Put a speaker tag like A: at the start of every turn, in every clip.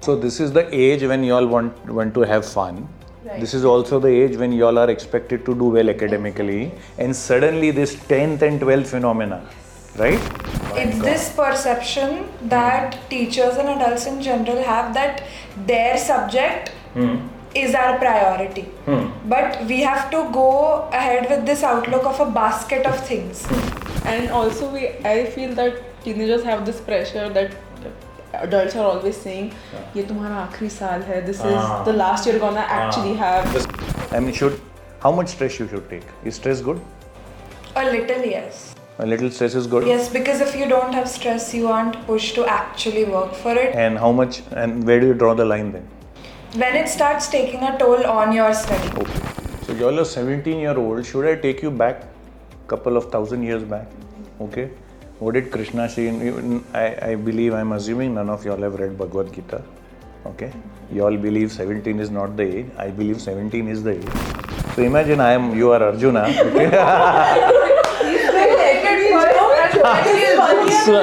A: So this is the age when you all want want to have fun.
B: Right.
A: This is also the age when you all are expected to do well academically, and suddenly this 10th and 12th phenomena, right?
B: It's this perception that teachers and adults in general have that their subject is our priority. But we have to go ahead with this outlook of a basket of things.
C: And also, we I feel that teenagers have this pressure that adults are always saying, "ये तुम्हारा आखिरी साल है. This is
A: Ah.
C: the last you're gonna actually have."
A: I mean, should how much stress you should take? Is stress good?
B: A little, yes.
A: A little stress is good.
B: Yes, because if you don't have stress, you aren't pushed to actually work for it.
A: And how much? And where do you draw the line then?
B: When it starts taking a toll on your study.
A: Okay. So you all are 17 year old. Should I take you back, couple of thousand years back? Okay. What did Krishna say? in- in- I, I believe I'm assuming none of you all have read Bhagavad Gita. Okay. You all believe 17 is not the age. I believe 17 is the age. So imagine I am you are Arjuna. okay? so,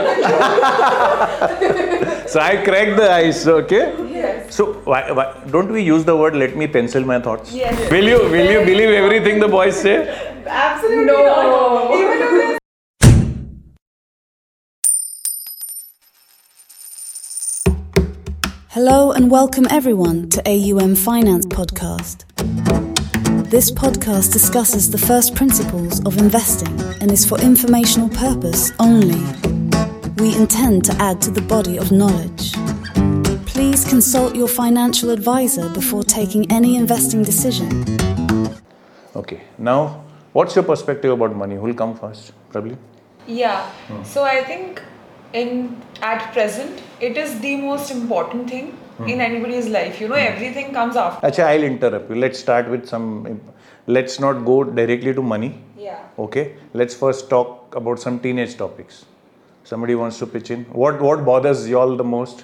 A: so I cracked the ice. Okay.
C: Yes.
A: So why, why don't we use the word "let me pencil my thoughts"?
C: Yes.
A: Will you will you believe everything the boys say?
C: Absolutely no. Even if there's
D: Hello and welcome everyone to AUM Finance Podcast. This podcast discusses the first principles of investing and is for informational purpose only. We intend to add to the body of knowledge. Please consult your financial advisor before taking any investing decision.
A: Okay. Now, what's your perspective about money? Who'll come first? Probably.
C: Yeah. So I think in at present it is the most important thing in anybody's life. You know, everything comes after.
A: Actually, I'll interrupt you. Let's start with some. Let's not go directly to money.
C: Yeah.
A: Okay. Let's first talk about some teenage topics. Somebody wants to pitch in. What what bothers y'all the most?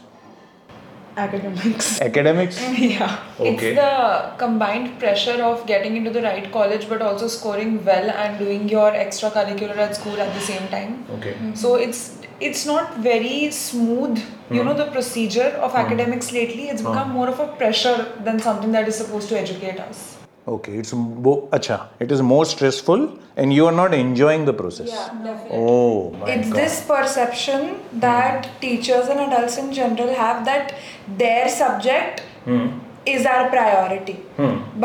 C: Academics.
A: Academics.
C: Yeah.
A: Okay.
E: It's the combined pressure of getting into the right college but also scoring well and doing your extracurricular at school at the same time.
A: Okay.
E: So it's it's not very smooth. You know the procedure of academics lately it's become more of a pressure than something that is supposed to educate us.
A: Okay. It's bo- acha. It is more stressful, and you are not enjoying the process. Oh my God.
B: it's
A: Hmm.
B: this perception that teachers and adults in general have that their subject
A: Hmm.
B: is our priority.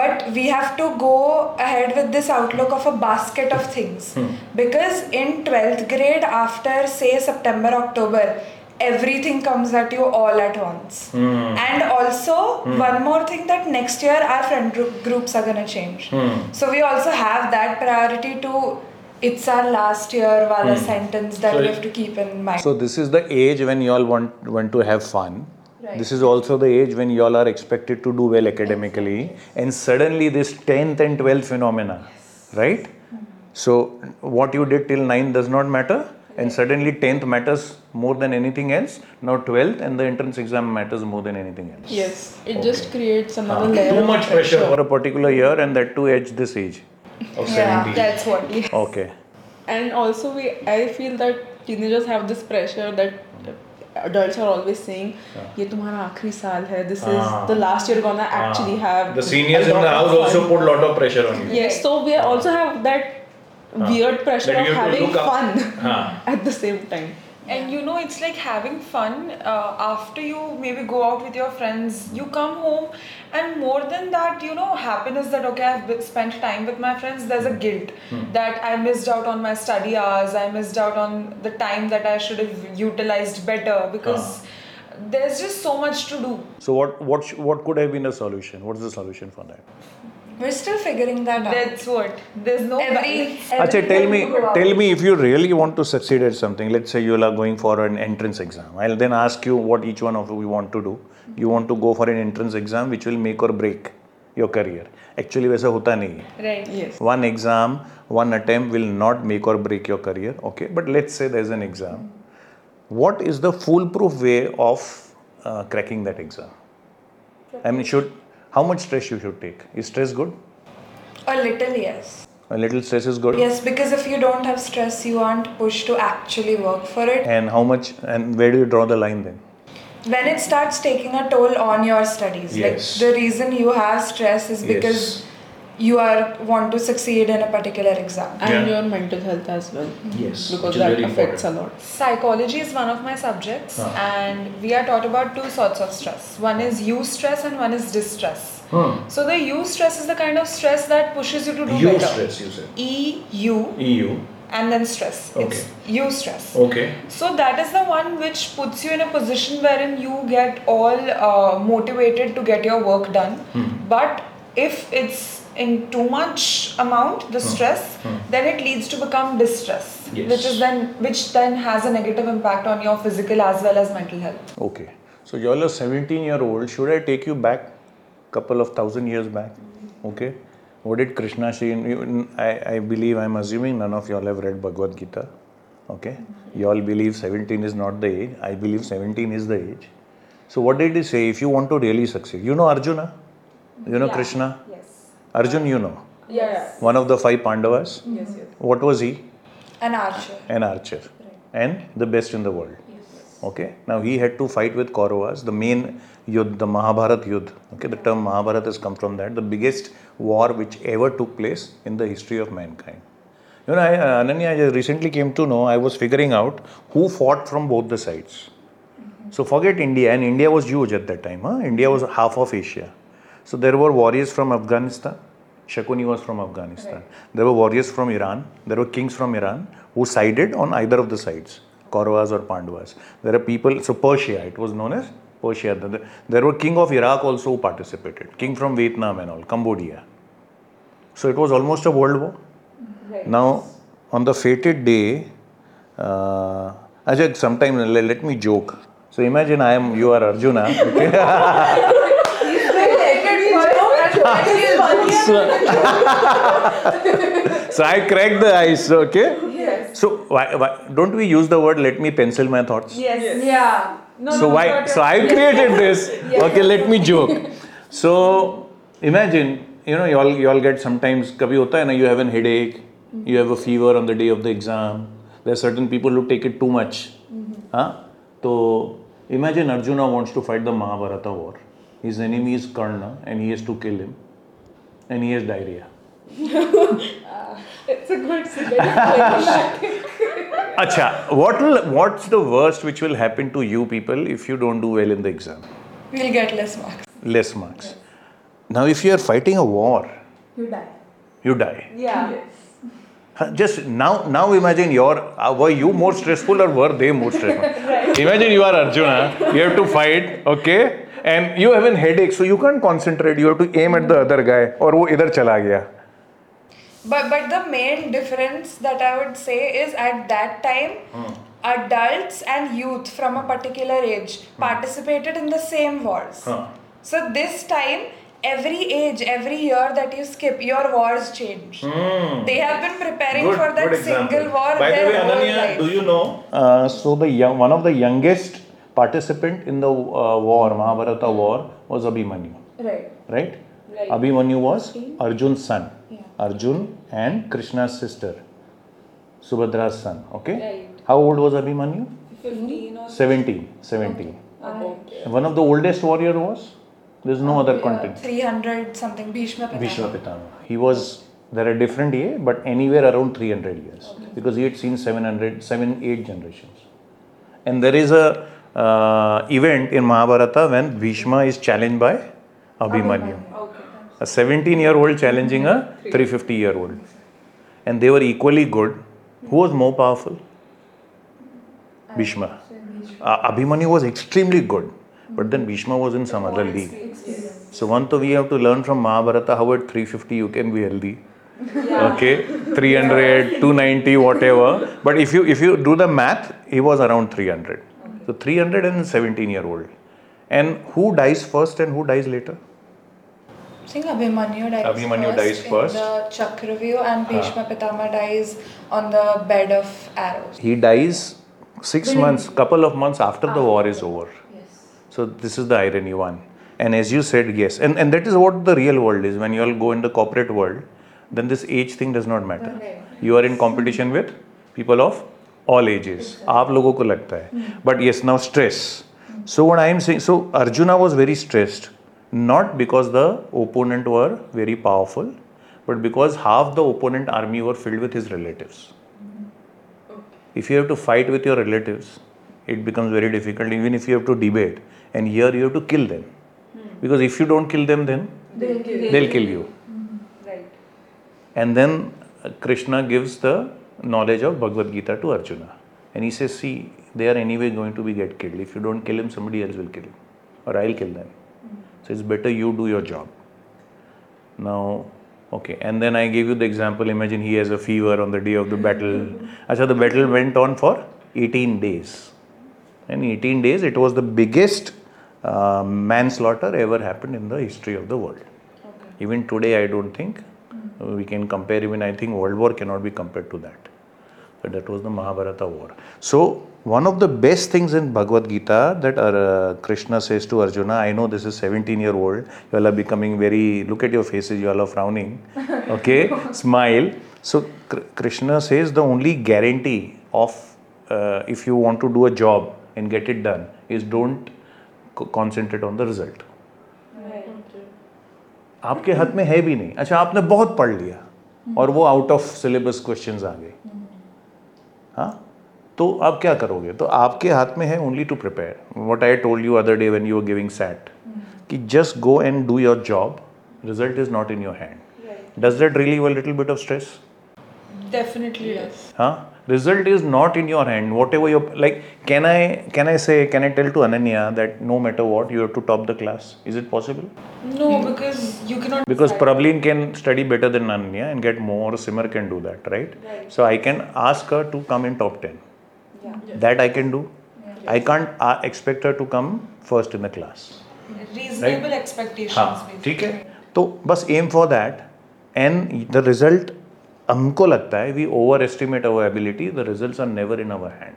B: But we have to go ahead with this outlook of a basket of things.
A: Hmm.
B: Because in 12th grade, after say September, October, everything comes at you all at once.
A: Hmm.
B: And also, one more thing that next year our friend group, groups are going to change.
A: Hmm.
B: So we also have that priority to it's our last year wala sentence that we have to keep in mind.
A: So this is the age when you all want want to have fun.
B: Right.
A: This is also the age when you all are expected to do well academically, and suddenly this 10th and 12th phenomena, right?
C: Mm-hmm.
A: So what you did till 9 does not matter, and suddenly 10th matters more than anything else. Now 12th and the entrance exam matters more than anything else.
C: Yes. It just creates another layer.
A: Too
C: of
A: much pressure for a particular year, and that too at this age of 17.
C: That's what. Yeah.
A: Okay.
C: And also, we I feel that teenagers have this pressure that adults are always saying, "ये तुम्हारा आखिरी साल है. This
A: हाँ।
C: is the last you're gonna actually have." a lot of fun."
A: put a lot of pressure on you.
C: Yes. So we also have that weird pressure
A: That you
C: of
A: have to
C: having
A: look up.
C: fun
A: Ah.
C: at the same time.
E: And you know, it's like having fun uh, after you maybe go out with your friends. You come home, and more than that, you know, happiness that okay, I've been- spent time with my friends. There's a guilt that I missed out on my study hours. I missed out on the time that I should have utilized better because there's just so much to do.
A: So what what sh- what could have been a solution? What's the solution for that?
B: We're still figuring that out.
E: That's what. There's no
B: every, every
A: Acha, tell
B: time
A: me,
B: you go out.
A: tell me if you really want to succeed at something. Let's say you all are going for an entrance exam. I'll then ask you what each one of you want to do. You want to go for an entrance exam, which will make or break your career. Actually, वैसा होता नहीं है.
E: right.
C: Yes.
A: One exam, one attempt will not make or break your career. Okay, but let's say there's an exam. What is the foolproof way of uh, cracking that exam? I mean, should how much stress you should take? Is stress good?
B: a little, yes.
A: A little stress is good.
B: Yes, because if you don't have stress, you aren't pushed to actually work for it.
A: And how much and where do you draw the line then?
B: when it starts taking a toll on your studies
A: Yes.
B: like the reason you have stress is because you are want to succeed in a particular exam
C: and
A: Yeah.
C: your mental health as well.
A: Yes, which
C: because
A: is
C: that
A: very
C: affects
A: important.
C: a lot.
E: Psychology is one of my subjects,
A: Ah.
E: and we are taught about two sorts of stress. One is use stress, and one is distress.
A: Hmm.
E: So the use stress is the kind of stress that pushes you to do
A: EU
E: better.
A: E stress, you said.
E: E U
A: EU.
E: and then stress. It's
A: Okay.
E: U stress.
A: Okay.
E: So that is the one which puts you in a position wherein you get all uh, motivated to get your work done.
A: Hmm.
E: But if it's in too much amount, the stress, then it leads to become distress,
A: Hmm. Yes.
E: which is then which then has a negative impact on your physical as well as mental health.
A: Okay. So you're a 17 year old. Should I take you back couple of thousand years back? Okay. What did Krishna see? in- in- I, I believe, I'm assuming none of y'all have read Bhagavad Gita. Okay. Y'all believe 17 is not the age. I believe 17 is the age. So what did he say? If you want to really succeed, you know Arjuna? You know Krishna?
E: Yes.
A: Arjun, you know.
C: Yeah, yeah.
A: One of the five Pandavas.
C: yes, yes.
A: What was he?
B: an archer
A: an archer and the best in the world. Okay. Now he had to fight with Kauravas, the main yudh, the Mahabharat yudh. Okay, the term Mahabharat has come from that, the biggest war which ever took place in the history of mankind. You know, I, uh, Ananya, I just recently came to know, I was figuring out who fought from both the sides. So forget India, and India was huge at that time. Huh? India was half of Asia. So there were warriors from Afghanistan. Shakuni was from Afghanistan. There were warriors from Iran. There were kings from Iran who sided on either of the sides, Kauravas or Pandavas. There are people, so Persia, it was known as Persia. There- There were king of Iraq also who participated, king from Vietnam and all, Cambodia. So it was almost a world war. Now, on the fated day, uh, Ajay, sometimes let, let me joke. So imagine I am, you are Arjuna. okay? so I cracked the ice, okay? Yes. So why, why don't we use the word let me pencil my thoughts?
E: Yes.
B: yeah
A: so why? So I created this. Okay, let me joke. So imagine, you know, you all you all get sometimes. कभी होता है ना, you have an headache, you have a fever on the day of the exam. There are certain people who take it too much. हाँ? तो imagine Arjuna wants to fight the Mahabharata war. His enemy is Karna, and he has to kill him, and he has diarrhea.
C: It's a good situation.
A: अच्छा, what will what's the worst which will happen to you people if you don't do well in the exam?
B: we'll get less marks
A: less marks. Now, if you are fighting a war,
E: You die.
A: you die.
E: Yeah.
A: Huh, Just now, now imagine your uh, were you more stressful or were they more stressful? Imagine you are Arjuna, you have to fight, okay, and you have a headache, so you can't concentrate. You have to aim at the other guy, or वो इधर चला गया.
B: But but the main difference that I would say is at that time,
A: Hmm.
B: adults and youth from a particular age
A: Hmm.
B: participated in the same wars. So this time, every age, every year that you skip, your wars change.
A: Hmm.
B: They have been preparing for that single war their whole life.
A: you know? Uh, so the young, one of the youngest participant in the uh, war, Mahabharata war, was Abhimanyu.
B: Right.
A: right? Abhimanyu was Arjun's son. Arjun and Krishna's sister, Subhadra's son. Okay. How old was Abhimanyu?
C: 15 or
A: 17. 17. One of the oldest warrior was. There's no other content.
B: Three hundred something Bhishma. Pitama.
A: Bhishma Pitama. He was there a different year, but anywhere around 300 years because he had seen 700, 7, 8 generations. And there is a uh, event in Mahabharata when Bhishma is challenged by Abhimanyu. A 17 year old challenging a 350 year old. And they were equally good. Who was more powerful? Bhishma. Uh, Abhimanyu was extremely good, but then Bhishma was in some other league. So one, so we have to learn from Mahabharata how at 350 you can be healthy. Okay, 300, 290, whatever. But if you if you do the math, he was around 300. So 317 year old. And who dies first and who dies later?
B: I think Abhimanyu dies
A: Abhimanyu
B: first
A: dies first.
B: in the Chakravyu and Bhishma Pitama dies on the bed of arrows.
A: He dies six months, couple of months after the war is over. So this is the irony one. And as you said, yes. And and that is what the real world is. When you all go in the corporate world, then this age thing does not matter. You are in competition with people of all ages. आप लोगों को लगता है. But yes, now stress. So what I am saying, so Arjuna was very stressed, not because the opponent were very powerful, but because half the opponent army were filled with his relatives. If you have to fight with your relatives, it becomes very difficult. Even if you have to debate, and here you have to kill them, because if you don't kill them, then
E: They'll give
A: Hmm. they'll kill you. Hmm.
E: Right.
A: And then uh, Krishna gives the knowledge of Bhagavad Gita to Arjuna. And he says, See, they are anyway going to be get killed. If you don't kill him, somebody else will kill him. Or I'll kill them. So it's better you do your job. Now, okay. And then I gave you the example. Imagine he has a fever on the day of the battle. Acha, the battle went on for 18 days. In 18 days, it was the biggest uh, manslaughter ever happened in the history of the world. Even today, I don't think uh, we can compare. Even I think World War cannot be compared to that. But that was the Mahabharata war. So one of the best things in Bhagavad Gita that uh, Krishna says to Arjuna, I know this is 17 year old. You all are becoming very. Look at your faces. You all are frowning. Okay, smile. So Kr- Krishna says the only guarantee of uh, if you want to do a job and get it done is don't co- concentrate on the result. आपके हाथ में है भी नहीं अच्छा आपने बहुत पढ़ लिया और वो आउट ऑफ सिलेबस क्वेश्चंस आ गए हाँ तो आप क्या करोगे तो आपके हाथ में है only to prepare what I told you other day when you are giving SAT कि just go and do your job result is not in your hand does that relieve a little bit of stress
E: Definitely yes.
A: Huh? Result is not in your hand. Whatever you like, can I can I say can I tell to Ananya that no matter what you have to top the class? Is it possible?
E: No,
A: Hmm.
E: because you cannot.
A: Because Prableen can study better than Ananya and get more. Simar can do that, right? So I can ask her to come in top ten. That I can do. I can't uh, expect her to come first in the class.
E: Reasonable expectations.
A: हाँ
E: basically.
A: ठीक है तो बस aim for that and the result हमको लगता है we overestimate our ability the result are never in our hand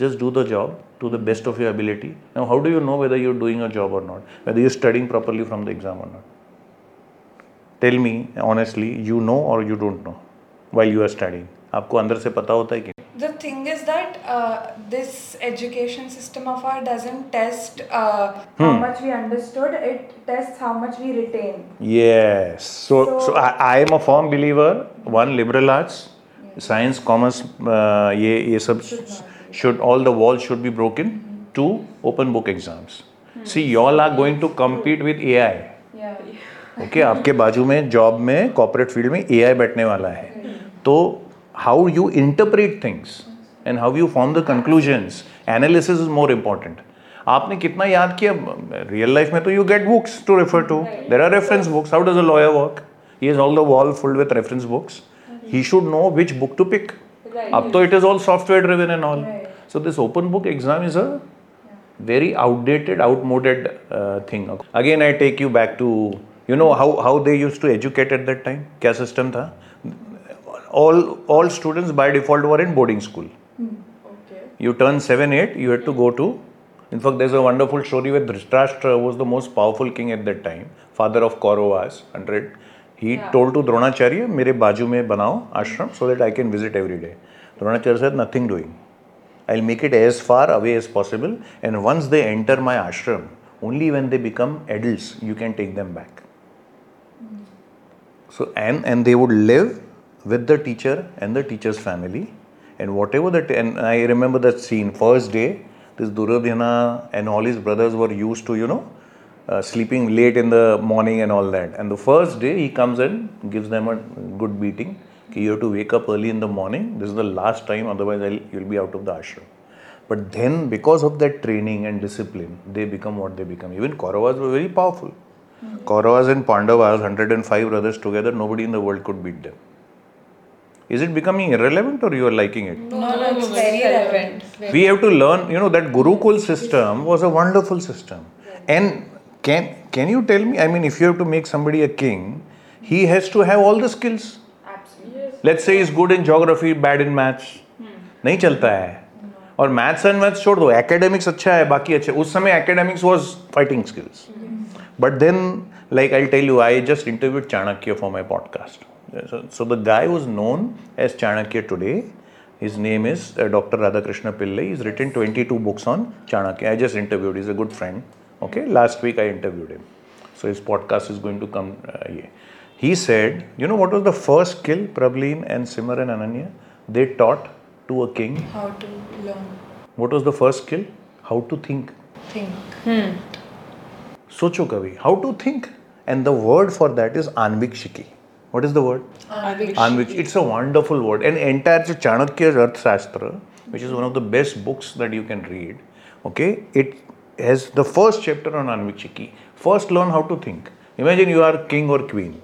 A: just do the job to the best of your ability now how do you know whether you are doing a job और not whether you studying properly from the exam और not tell me honestly you know और you don't know while you are studying आपको अंदर से पता होता है कि
B: The thing is that uh, this education system of ours doesn't test uh, how
A: Hmm.
B: much we understood, it tests how much we retain.
A: Yes. So, so, I, I am a firm believer. One liberal arts, science, commerce, uh, ये ये सब should all the walls should be broken. Two open book exams. See, y'all are going to compete with AI. Okay आपके बाजू में job में corporate field में AI बैठने वाला है तो how you interpret things and how you form the conclusions analysis is more important आपने कितना याद किया रियल लाइफ में तो you get books to refer to there are reference books how does a lawyer work he is all the wall फुल्ड with reference books he should know which book to pick अब तो it is all software driven and all so this open book exam is a very outdated outmoded uh, thing again i take you back to you know how how they used to educate at that time kya system tha all all students by default were in boarding school you turn 7 8 you had to go to in fact there's a wonderful story where Dhritarashtra was the most powerful king at that time father of Kauravas 100 he told to Dronacharya mere baju mein banao ashram so that I can visit every day Dronacharya said nothing doing I'll make it as far away as possible and once they enter my ashram only when they become adults you can take them back so and and they would live with the teacher and the teacher's family, and whatever that. And I remember that scene. First day, this Duryodhana and all his brothers were used to you know uh, sleeping late in the morning and all that. And the first day, he comes and gives them a good beating. कि you have to wake up early in the morning. This is the last time. Otherwise, I'll, you'll be out of the ashram. But then, because of that training and discipline, they become what they become. Even Kauravas were very powerful. Kauravas and Pandavas, 105 brothers together, nobody in the world could beat them. Is it becoming irrelevant or you are liking it?
B: No, no, it's very relevant.
A: We have to learn, you know, that Gurukul system was a wonderful system. And can, can you tell me, I mean, if you have to make somebody a king, he has to have all the skills. Let's say is good in geography bad in maths नहीं चलता है और maths and maths छोड़ दो academics अच्छा है बाकी अच्छे उस समय academics was fighting skills but then like I tell you I just interviewed Chanakya for my podcast so the guy was known as Chanakya today His name is uh, Dr. Radhakrishna Pillai. He's written 22 books on Chanakya. I just interviewed. He's a good friend. Okay, last week I interviewed him. So his podcast is going to come. Uh, yeah. He said, you know what was the first skill Prableen and Simar and Ananya they taught to a king?
B: how to learn
A: What was the first skill? How to think.
B: think
A: सोचो कभी how to think and the word for that is आन्विक शिकी what is the word आन्विक it's a wonderful word and entire जो Chanakya Arthashastra which is one of the best books that you can read okay it has the first chapter on आन्विक शिकी first learn how to think imagine you are king और queen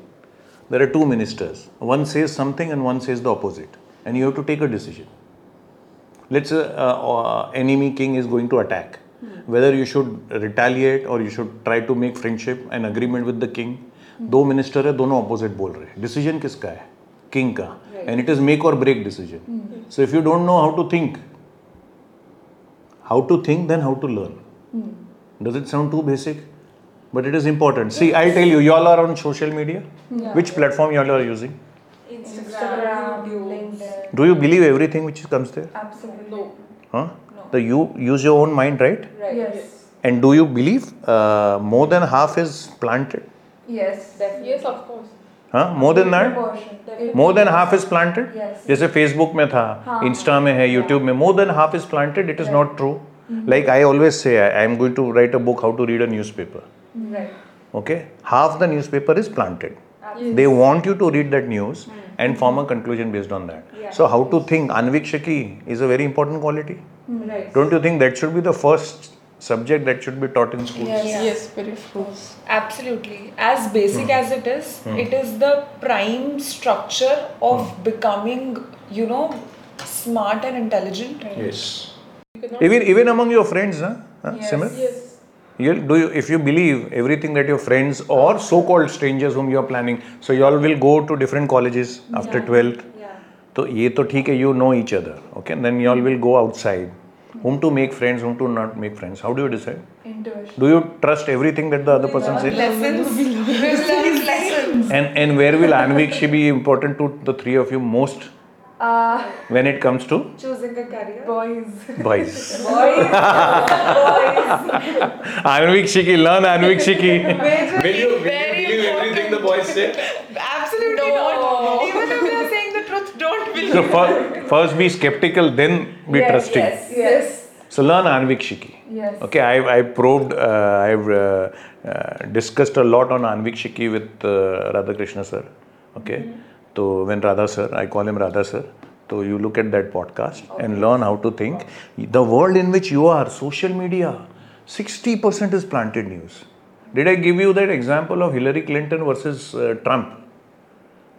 A: there are two ministers one says something and one says the opposite and you have to take a decision let's say uh, uh, enemy king is going to attack whether you should retaliate or you should try to make friendship and agreement with the king दो minister है दोनों opposite बोल रहे हैं decision किसका है king का and it is make or break decision so if you don't know how to think how to think then how to learn does it sound too basic but it is important see I tell you you all are on social media which platform you all are using do you believe everything which comes there
B: absolutely
A: Huh? The you use your own mind, right?
B: yes
A: And do you believe uh, more than half is planted?
B: yes definitely
C: yes of course
A: Huh? More than that? More than half is planted?
B: Yes.
A: जैसे Facebook में था Insta में है YouTube में more than half is planted it is not true like I always say I am going to write a book how to read a newspaper
B: right
A: okay half the newspaper is planted they want you to read that news and form a conclusion based on that so how to think अनविक्षकी is a very important quality
B: Hmm. right
A: Don't you think that should be the first subject that should be taught in schools?
B: Yeah.
C: yes very fruits
E: Absolutely. As basic
A: Hmm.
E: as it is, it is the prime structure of
A: Hmm.
E: becoming, you know, smart and intelligent.
A: Yes. Even even among your friends, huh? huh Simran?
C: yes
A: You'll, do you, if you believe everything that your friends or so-called strangers whom you are planning, so you all will go to different colleges after 12th. तो ये तो ठीक है you know each other okay then you all will go outside whom to make friends whom to not make friends how do you decide
B: intuition
A: do you trust everything that the other person says And and where will Anvik she be important to the three of you most
B: uh
A: when it comes to
B: choosing a career boys
A: boys? Boys. Anvik Shiki, learn Anvik Shiki. will you, will you believe everything the boys say?
E: Absolutely not. Even if they are saying the truth, don't believe.
A: So first, first be skeptical, then be trusting.
B: yes yes
A: So learn Anvik Shiki.
B: Yes.
A: Okay, I've, I've proved, uh, I've uh, uh, discussed a lot on Anvik Shiki with uh, Radhakrishna sir. Okay. So when Radha sir, I call him Radha sir. So you look at that podcast and learn how to think. The world in which you are, social media, 60% is planted news. Did I give you that example of Hillary Clinton versus uh, Trump?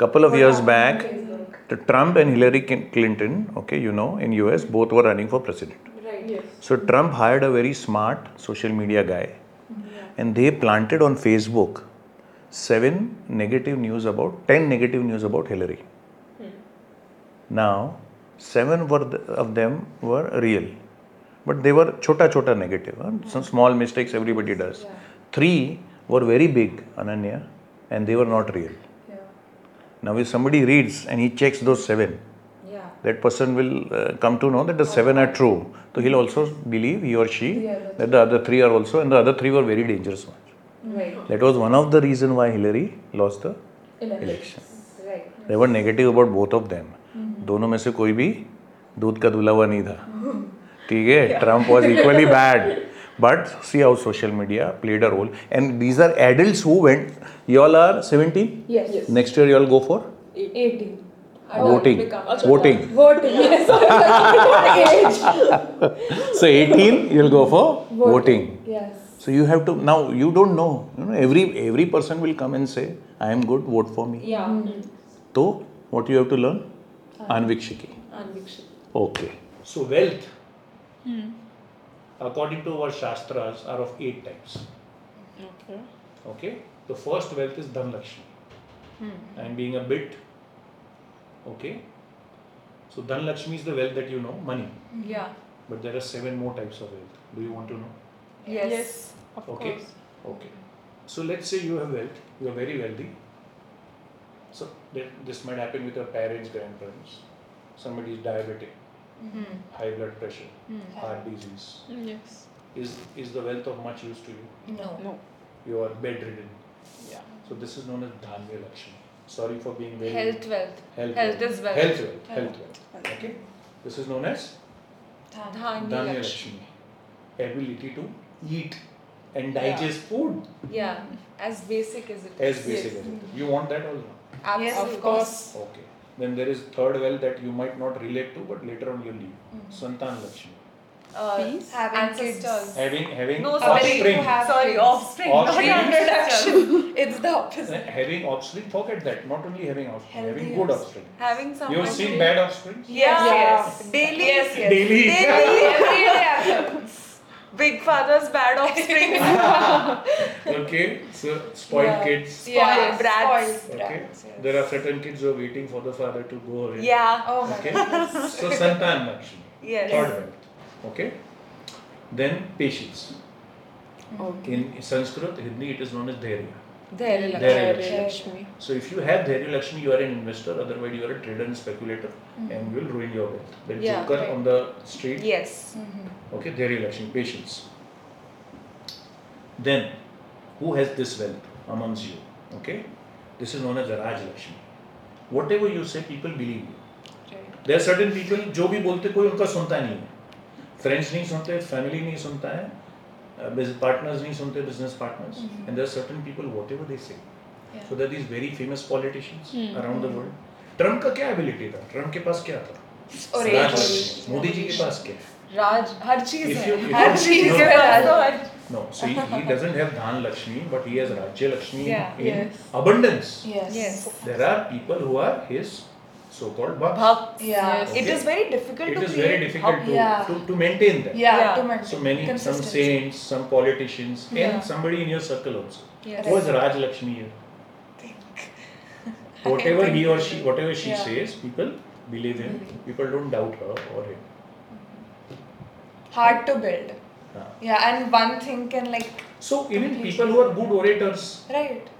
A: couple of years back, the Trump and Hillary Kin- Clinton, okay, you know, in US, both were running for president. So Trump hired a very smart social media guy, and they planted on Facebook seven negative news about ten negative news about Hillary. Now, seven were th- of them were real, but they were chota chota negative. huh? Some small mistakes everybody does. Three were very big, Ananya, and they were not real. Now, if somebody reads and he checks those seven, that person will uh, come to know that the seven are true. So he'll also believe he or she that the other three are also, and the other three were very dangerous ones.
B: right
A: That was one of the reason why Hillary lost the election.
B: right
A: They were negative about both of them. दोनों में से कोई भी दूध का धुला हुआ नहीं था ठीक है Trump was equally bad but see how social media played a role and these are adult who went you all are seventeen
B: yes, yes.
A: Next year you all go for
E: E-
B: 18
A: voting voting
B: voting yes
A: so 18 you'll go for voting.
B: yes
A: so you have to now you don't know you know every every person will come and say i am good vote for me
E: Yeah.
B: Mm-hmm.
A: so what you have to learn anvikshiki okay
F: So wealth, according to our shastras, are of eight types.
C: okay
F: Okay, the first wealth is dhanlakshmi. I'm being a bit. Okay, so dhanlakshmi is the wealth that you know, money.
E: Yeah.
F: But there are seven more types of wealth. Do you want to know?
E: Yes.
C: of
F: okay.
C: course
F: Okay. So let's say you have wealth. You are very wealthy. So th- this might happen with your parents, grandparents. Somebody is diabetic.
A: high blood pressure,
E: Mm.
A: heart disease.
C: Yes.
A: Is, is the wealth of much use to you?
E: No.
C: No.
A: You are bedridden.
C: Yeah.
A: So this is known as Dhanvya Lakshmi. Sorry for being very
E: Health, wealth.
A: Health,
E: Health is wealth.
A: Health wealth. Health wealth. Okay. This is known as
E: Dhanya
A: Dhanvya
E: Lakshmi.
A: Lakshmi. Ability to eat and
C: Yeah.
A: digest food
E: Yeah. As basic as it is.
A: as basic as it is. You want that also?
E: Yes,
C: Of course.
A: Okay. Then there is third well that you might not relate to, but later on you'll leave.
E: Mm-hmm.
A: Santan Lakshmi.
E: Uh,
C: Peace.
B: Having
E: ancestors.
A: Having having
E: No, sorry.
A: offspring.
E: You have sorry,
B: Offspring.
E: offspring.
A: Offspring.
E: Not ancestors.
B: it's the opposite.
A: Eh, having offspring, forget that. Not only having offspring, having
B: Healthy
A: good
B: offspring.
A: offspring.
E: Having someone.
A: You've seen
E: to-
A: bad offspring?
E: Yes,
C: Yeah.
E: yes. Daily. Yes, yes.
A: Daily.
E: Every day happens. Big father's bad offspring.
A: okay. So spoiled
E: Yeah.
A: kids.
E: Spoiled brats.
B: spoiled
A: Okay.
B: brats, yes.
A: There are certain kids who are waiting for the father to go away.
E: Yeah.
B: Oh my
A: Okay.
B: god.
A: so Santan Lakshmi.
E: Yes.
A: Third well. Okay. Then patience.
E: Mm-hmm.
C: Okay.
A: In Sanskrit, Hindi, it is known as Dharya.
E: There.
A: Lakshmi. There it is.
C: Lakshmi.
A: So if you have Dhairya Lakshmi, you are an investor, otherwise you are a trader and speculator and you will ruin your wealth. The
E: Mm-hmm. Yeah,
A: joker
E: right.
A: on the street,
E: Yes.
A: okay, Dhairya Lakshmi, patience. Then, who has this wealth amongst you? Okay, this is known as Raj Lakshmi. Whatever you say, people believe you. There are certain people, जो भी बोलते कोई उनका सुनता नहीं है friends नहीं सुनते फैमिली नहीं सुनता है पार्टनर्स नहीं सुनते business partners
E: Mm-hmm.
A: And there certain people whatever they say so that is very famous politicians
E: Mm-hmm.
A: Around the world Trump का क्या एबिलिटी था ट्रम्प के पास क्या था राजनीति। मोदी जी के पास क्या है
E: Raj. हर चीज
A: If
E: है.
A: you- if
E: हर
A: you-
E: चीज
A: no.
E: है. राजो हर
A: no see he doesn't have Dhan Lakshmi but he has Rajya Lakshmi
E: Yeah,
A: in
C: yes.
A: abundance
B: Yes.
E: Yes.
A: There are people who are his so called बक्स
E: Bhakt.
B: Yeah.
C: Yes.
E: It is very difficult
A: it
E: to
A: is
E: create
A: very difficult
E: bhakt.
A: To
B: Yeah.
A: To to maintain that
B: Yeah.
E: Yeah.
B: To maintain
A: So many, some
B: consistency.
A: saints, some politicians,
E: Yeah.
A: and somebody in your circle also.
E: Yes.
A: Who is Raj Lakshmi here? whatever he or she, whatever she says, people believe him. People don't doubt her or him.
B: Hard to build.
A: Ah.
B: Yeah, and one thing can like
A: So even people who are good orators,
B: right.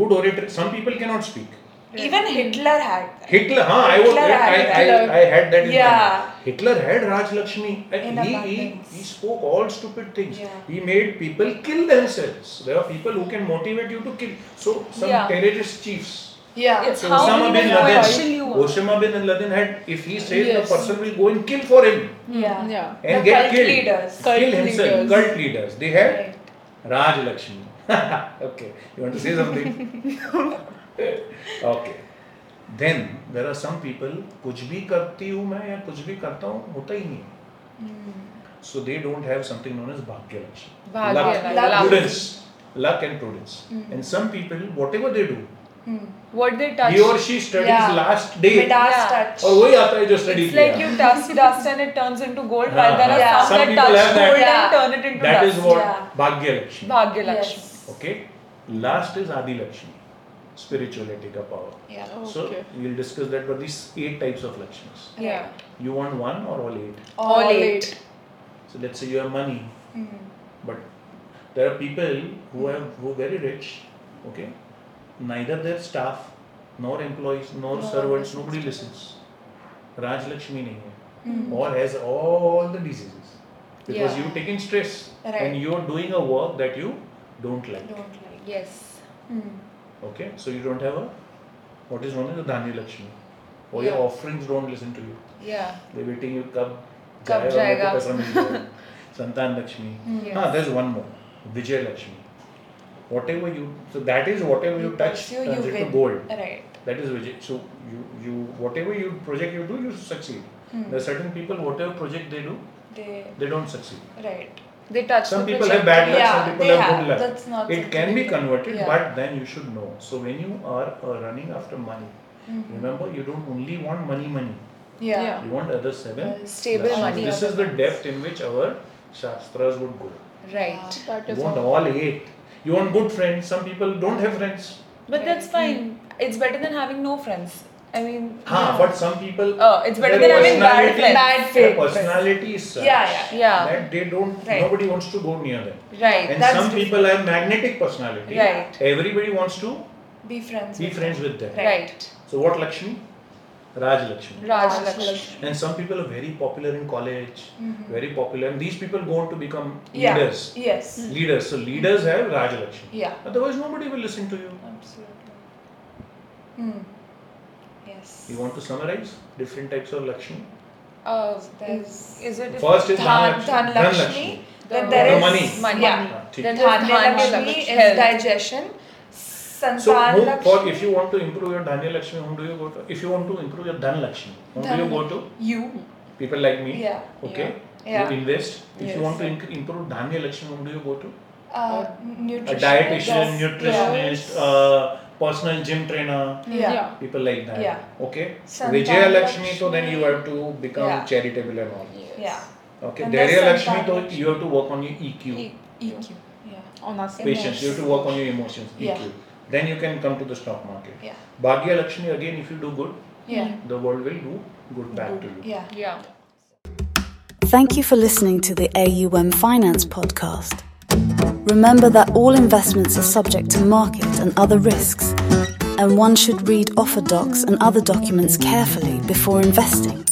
A: good orators, some people cannot speak.
B: Even Hitler had that.
A: Hitler, huh? I was,
B: Hitler
A: I,
B: had
A: I,
B: that.
A: I had that. In my
B: Yeah.
A: mind. Hitler had Raj Lakshmi.
B: In
A: And he, he,
B: abundance.
A: he spoke all stupid things.
B: Yeah.
A: He made people kill themselves. There are people who can motivate you to kill. So some
E: Yeah.
A: terrorist chiefs.
B: Yeah.
E: It's
A: So
E: how
A: Osama
E: many
A: bin
E: people
A: Laden,
E: kill you are.
A: Osama bin Laden had, if he says
C: Yes.
A: the person will go and kill for him.
B: Yeah.
C: Yeah.
A: and
B: The
A: get
B: cult
A: killed.
B: leaders.
C: Cult
A: kill himself.
C: leaders.
A: Cult leaders. They had
B: Right.
A: Raj Lakshmi. okay, you want to say something? okay. Then there are some people कुछ भी करती हूँ मैं या कुछ भी करता हूँ होता ही नहीं So they don't have something known as Bhagya Lakshmi.
E: Bhagya
A: luck,
E: Lakshmi. Luck.
A: prudence, luck and prudence. And some people, whatever they do,
E: What they touch.
A: he or she studies
B: Yeah.
A: last Oh. day
B: Midas
E: Yeah.
B: touch.
A: और वही आता है जो study
E: It's like you dust dust and it turns into Oh, gold, while there are
B: Yeah.
E: some,
A: Some
E: that
A: people
E: touch
A: have that.
E: gold
B: Yeah.
E: and turn it into
A: That
E: dust.
A: is what
B: Yeah.
A: Bhagya Lakshmi.
E: Bhagya Lakshmi.
B: Yes.
A: Okay. Last is Adi Lakshmi, spirituality ka power.
B: Yeah.
A: So
C: Okay.
A: we'll discuss that. But these eight types of Lakshmis.
E: Yeah.
A: You want one or all eight?
B: All,
E: All
B: eight.
E: eight.
A: So let's say you have money, but there are people who have who are very rich. Okay. Neither their staff, nor employees, nor servants, nobody listens. Raj Lakshmi nahi
B: Mm-hmm.
A: hai.
E: Mm.
A: Or has all the diseases because
E: Yeah.
A: you've taken stress
B: Right.
A: and you're doing a work that you don't like.
B: Don't like.
E: Yes.
B: Mm.
A: Okay, so you don't have a what is known as a Dhani Lakshmi. Or your
E: Yeah.
A: offerings don't listen to you.
E: Yeah.
A: They're waiting you kab
E: कब
A: जाएगा, मेरे को
E: जाएगा?
A: पैसा मिल जाएगा. Santan Lakshmi.
E: Yes.
A: Ah, there's one more. Vijay Lakshmi. Whatever you so that is whatever you touch
B: pursue,
A: turns
B: you
A: into
B: win.
A: gold.
B: Right.
A: That is Vijay. So you you whatever you project you do, you succeed. There are certain people, whatever project they do,
B: They
A: they don't succeed.
B: right.
E: They touch
A: Some
E: with the
A: people
E: check-
A: have bad luck,
B: Yeah,
A: some people
B: they
A: have,
B: have.
A: good luck.
B: That's not
A: it can be
B: something-
A: converted,
B: yeah.
A: but then you should know. So when you are uh, running after money, remember you don't only want money, money.
B: Yeah.
C: Yeah.
A: You want other seven
B: Uh, stable
A: lakshmis.
E: money.
A: This is the depth in which our shastras would go.
E: Right.
C: That
A: You
C: is
A: want
C: all.
A: all eight. You want good friends. Some people don't have friends.
E: But
B: Mm.
E: that's fine. It's better than having no friends. I mean,
A: Ha, but some people.
B: Oh,
E: Uh, it's better
A: their
E: than having bad
A: personality-
E: friends.
B: Bad
A: Their
B: friends.
A: personality is such
B: Yeah, yeah,
E: yeah.
A: that they don't.
B: Right.
A: Nobody wants to go near them.
E: right.
A: And
B: That's
A: some people have magnetic personality.
E: Right.
A: Everybody wants to
B: Be friends.
A: be
B: with
A: friends with them.
E: right.
A: So what Lakshmi? Raj Lakshmi.
B: Raj Lakshmi.
A: And some people are very popular in college, very popular, and these people go on to become
B: Mm-hmm. Yeah.
A: leaders.
B: Yes.
A: Leaders. So leaders have Raj Lakshmi.
B: Yeah.
A: Otherwise, nobody will listen to you.
B: Absolutely. Yes.
A: You want to summarize different types of Lakshmi?
E: Oh,
B: Uh,
C: There's-
B: is it
A: First is
B: Dhan,
A: Dhanlakshmi.
B: Dhan
A: Dhanlakshmi.
B: Lakshmi?
A: The
B: Then there is
A: money.
B: Yeah.
A: ठीक.
B: Then
C: Dhan
B: Dhan
C: Lakshmi
B: Lakshmi
C: is
B: is
C: digestion.
A: So,
C: Santan
A: whom, for,
C: Lakshmi.
A: if you want to improve your Dhanya Lakshmi, whom do you go to? If you want to improve your Dhan Lakshmi, whom do you go to?
B: you.
A: People like me.
C: Yeah.
A: Okay.
C: Yeah.
A: You invest. If
G: Yes.
A: you want to inc- improve Dhanya Lakshmi, whom do you go to?
C: Uh,
A: A
C: nutrition.
A: dietitian,
C: Yes.
A: nutritionist, uh, personal gym trainer.
C: Yeah. yeah.
A: People like that.
C: Yeah.
A: Okay.
C: Santan
A: Vijaya Lakshmi, so then
C: Lakshmi.
A: you have to become
C: Yeah.
A: charitable and all. Okay.
C: And
A: Dharya
C: there's
A: Lakshmi,
C: Santan
A: so
C: Lakshmi. E
A: you have to work on your EQ.
B: EQ. Yeah.
G: on us.
A: patience. You have to work on your emotions, EQ.
B: Yeah.
A: Then you can come to the stock market.
B: Yeah.
A: Bhagya Lakshmi, again, if you do good,
B: Yeah.
A: the world will do good back to you.
B: Yeah. Yeah.
D: Thank you for listening to the AUM Finance Podcast. Remember that all investments are subject to market and other risks, and one should read offer docs and other documents carefully before investing.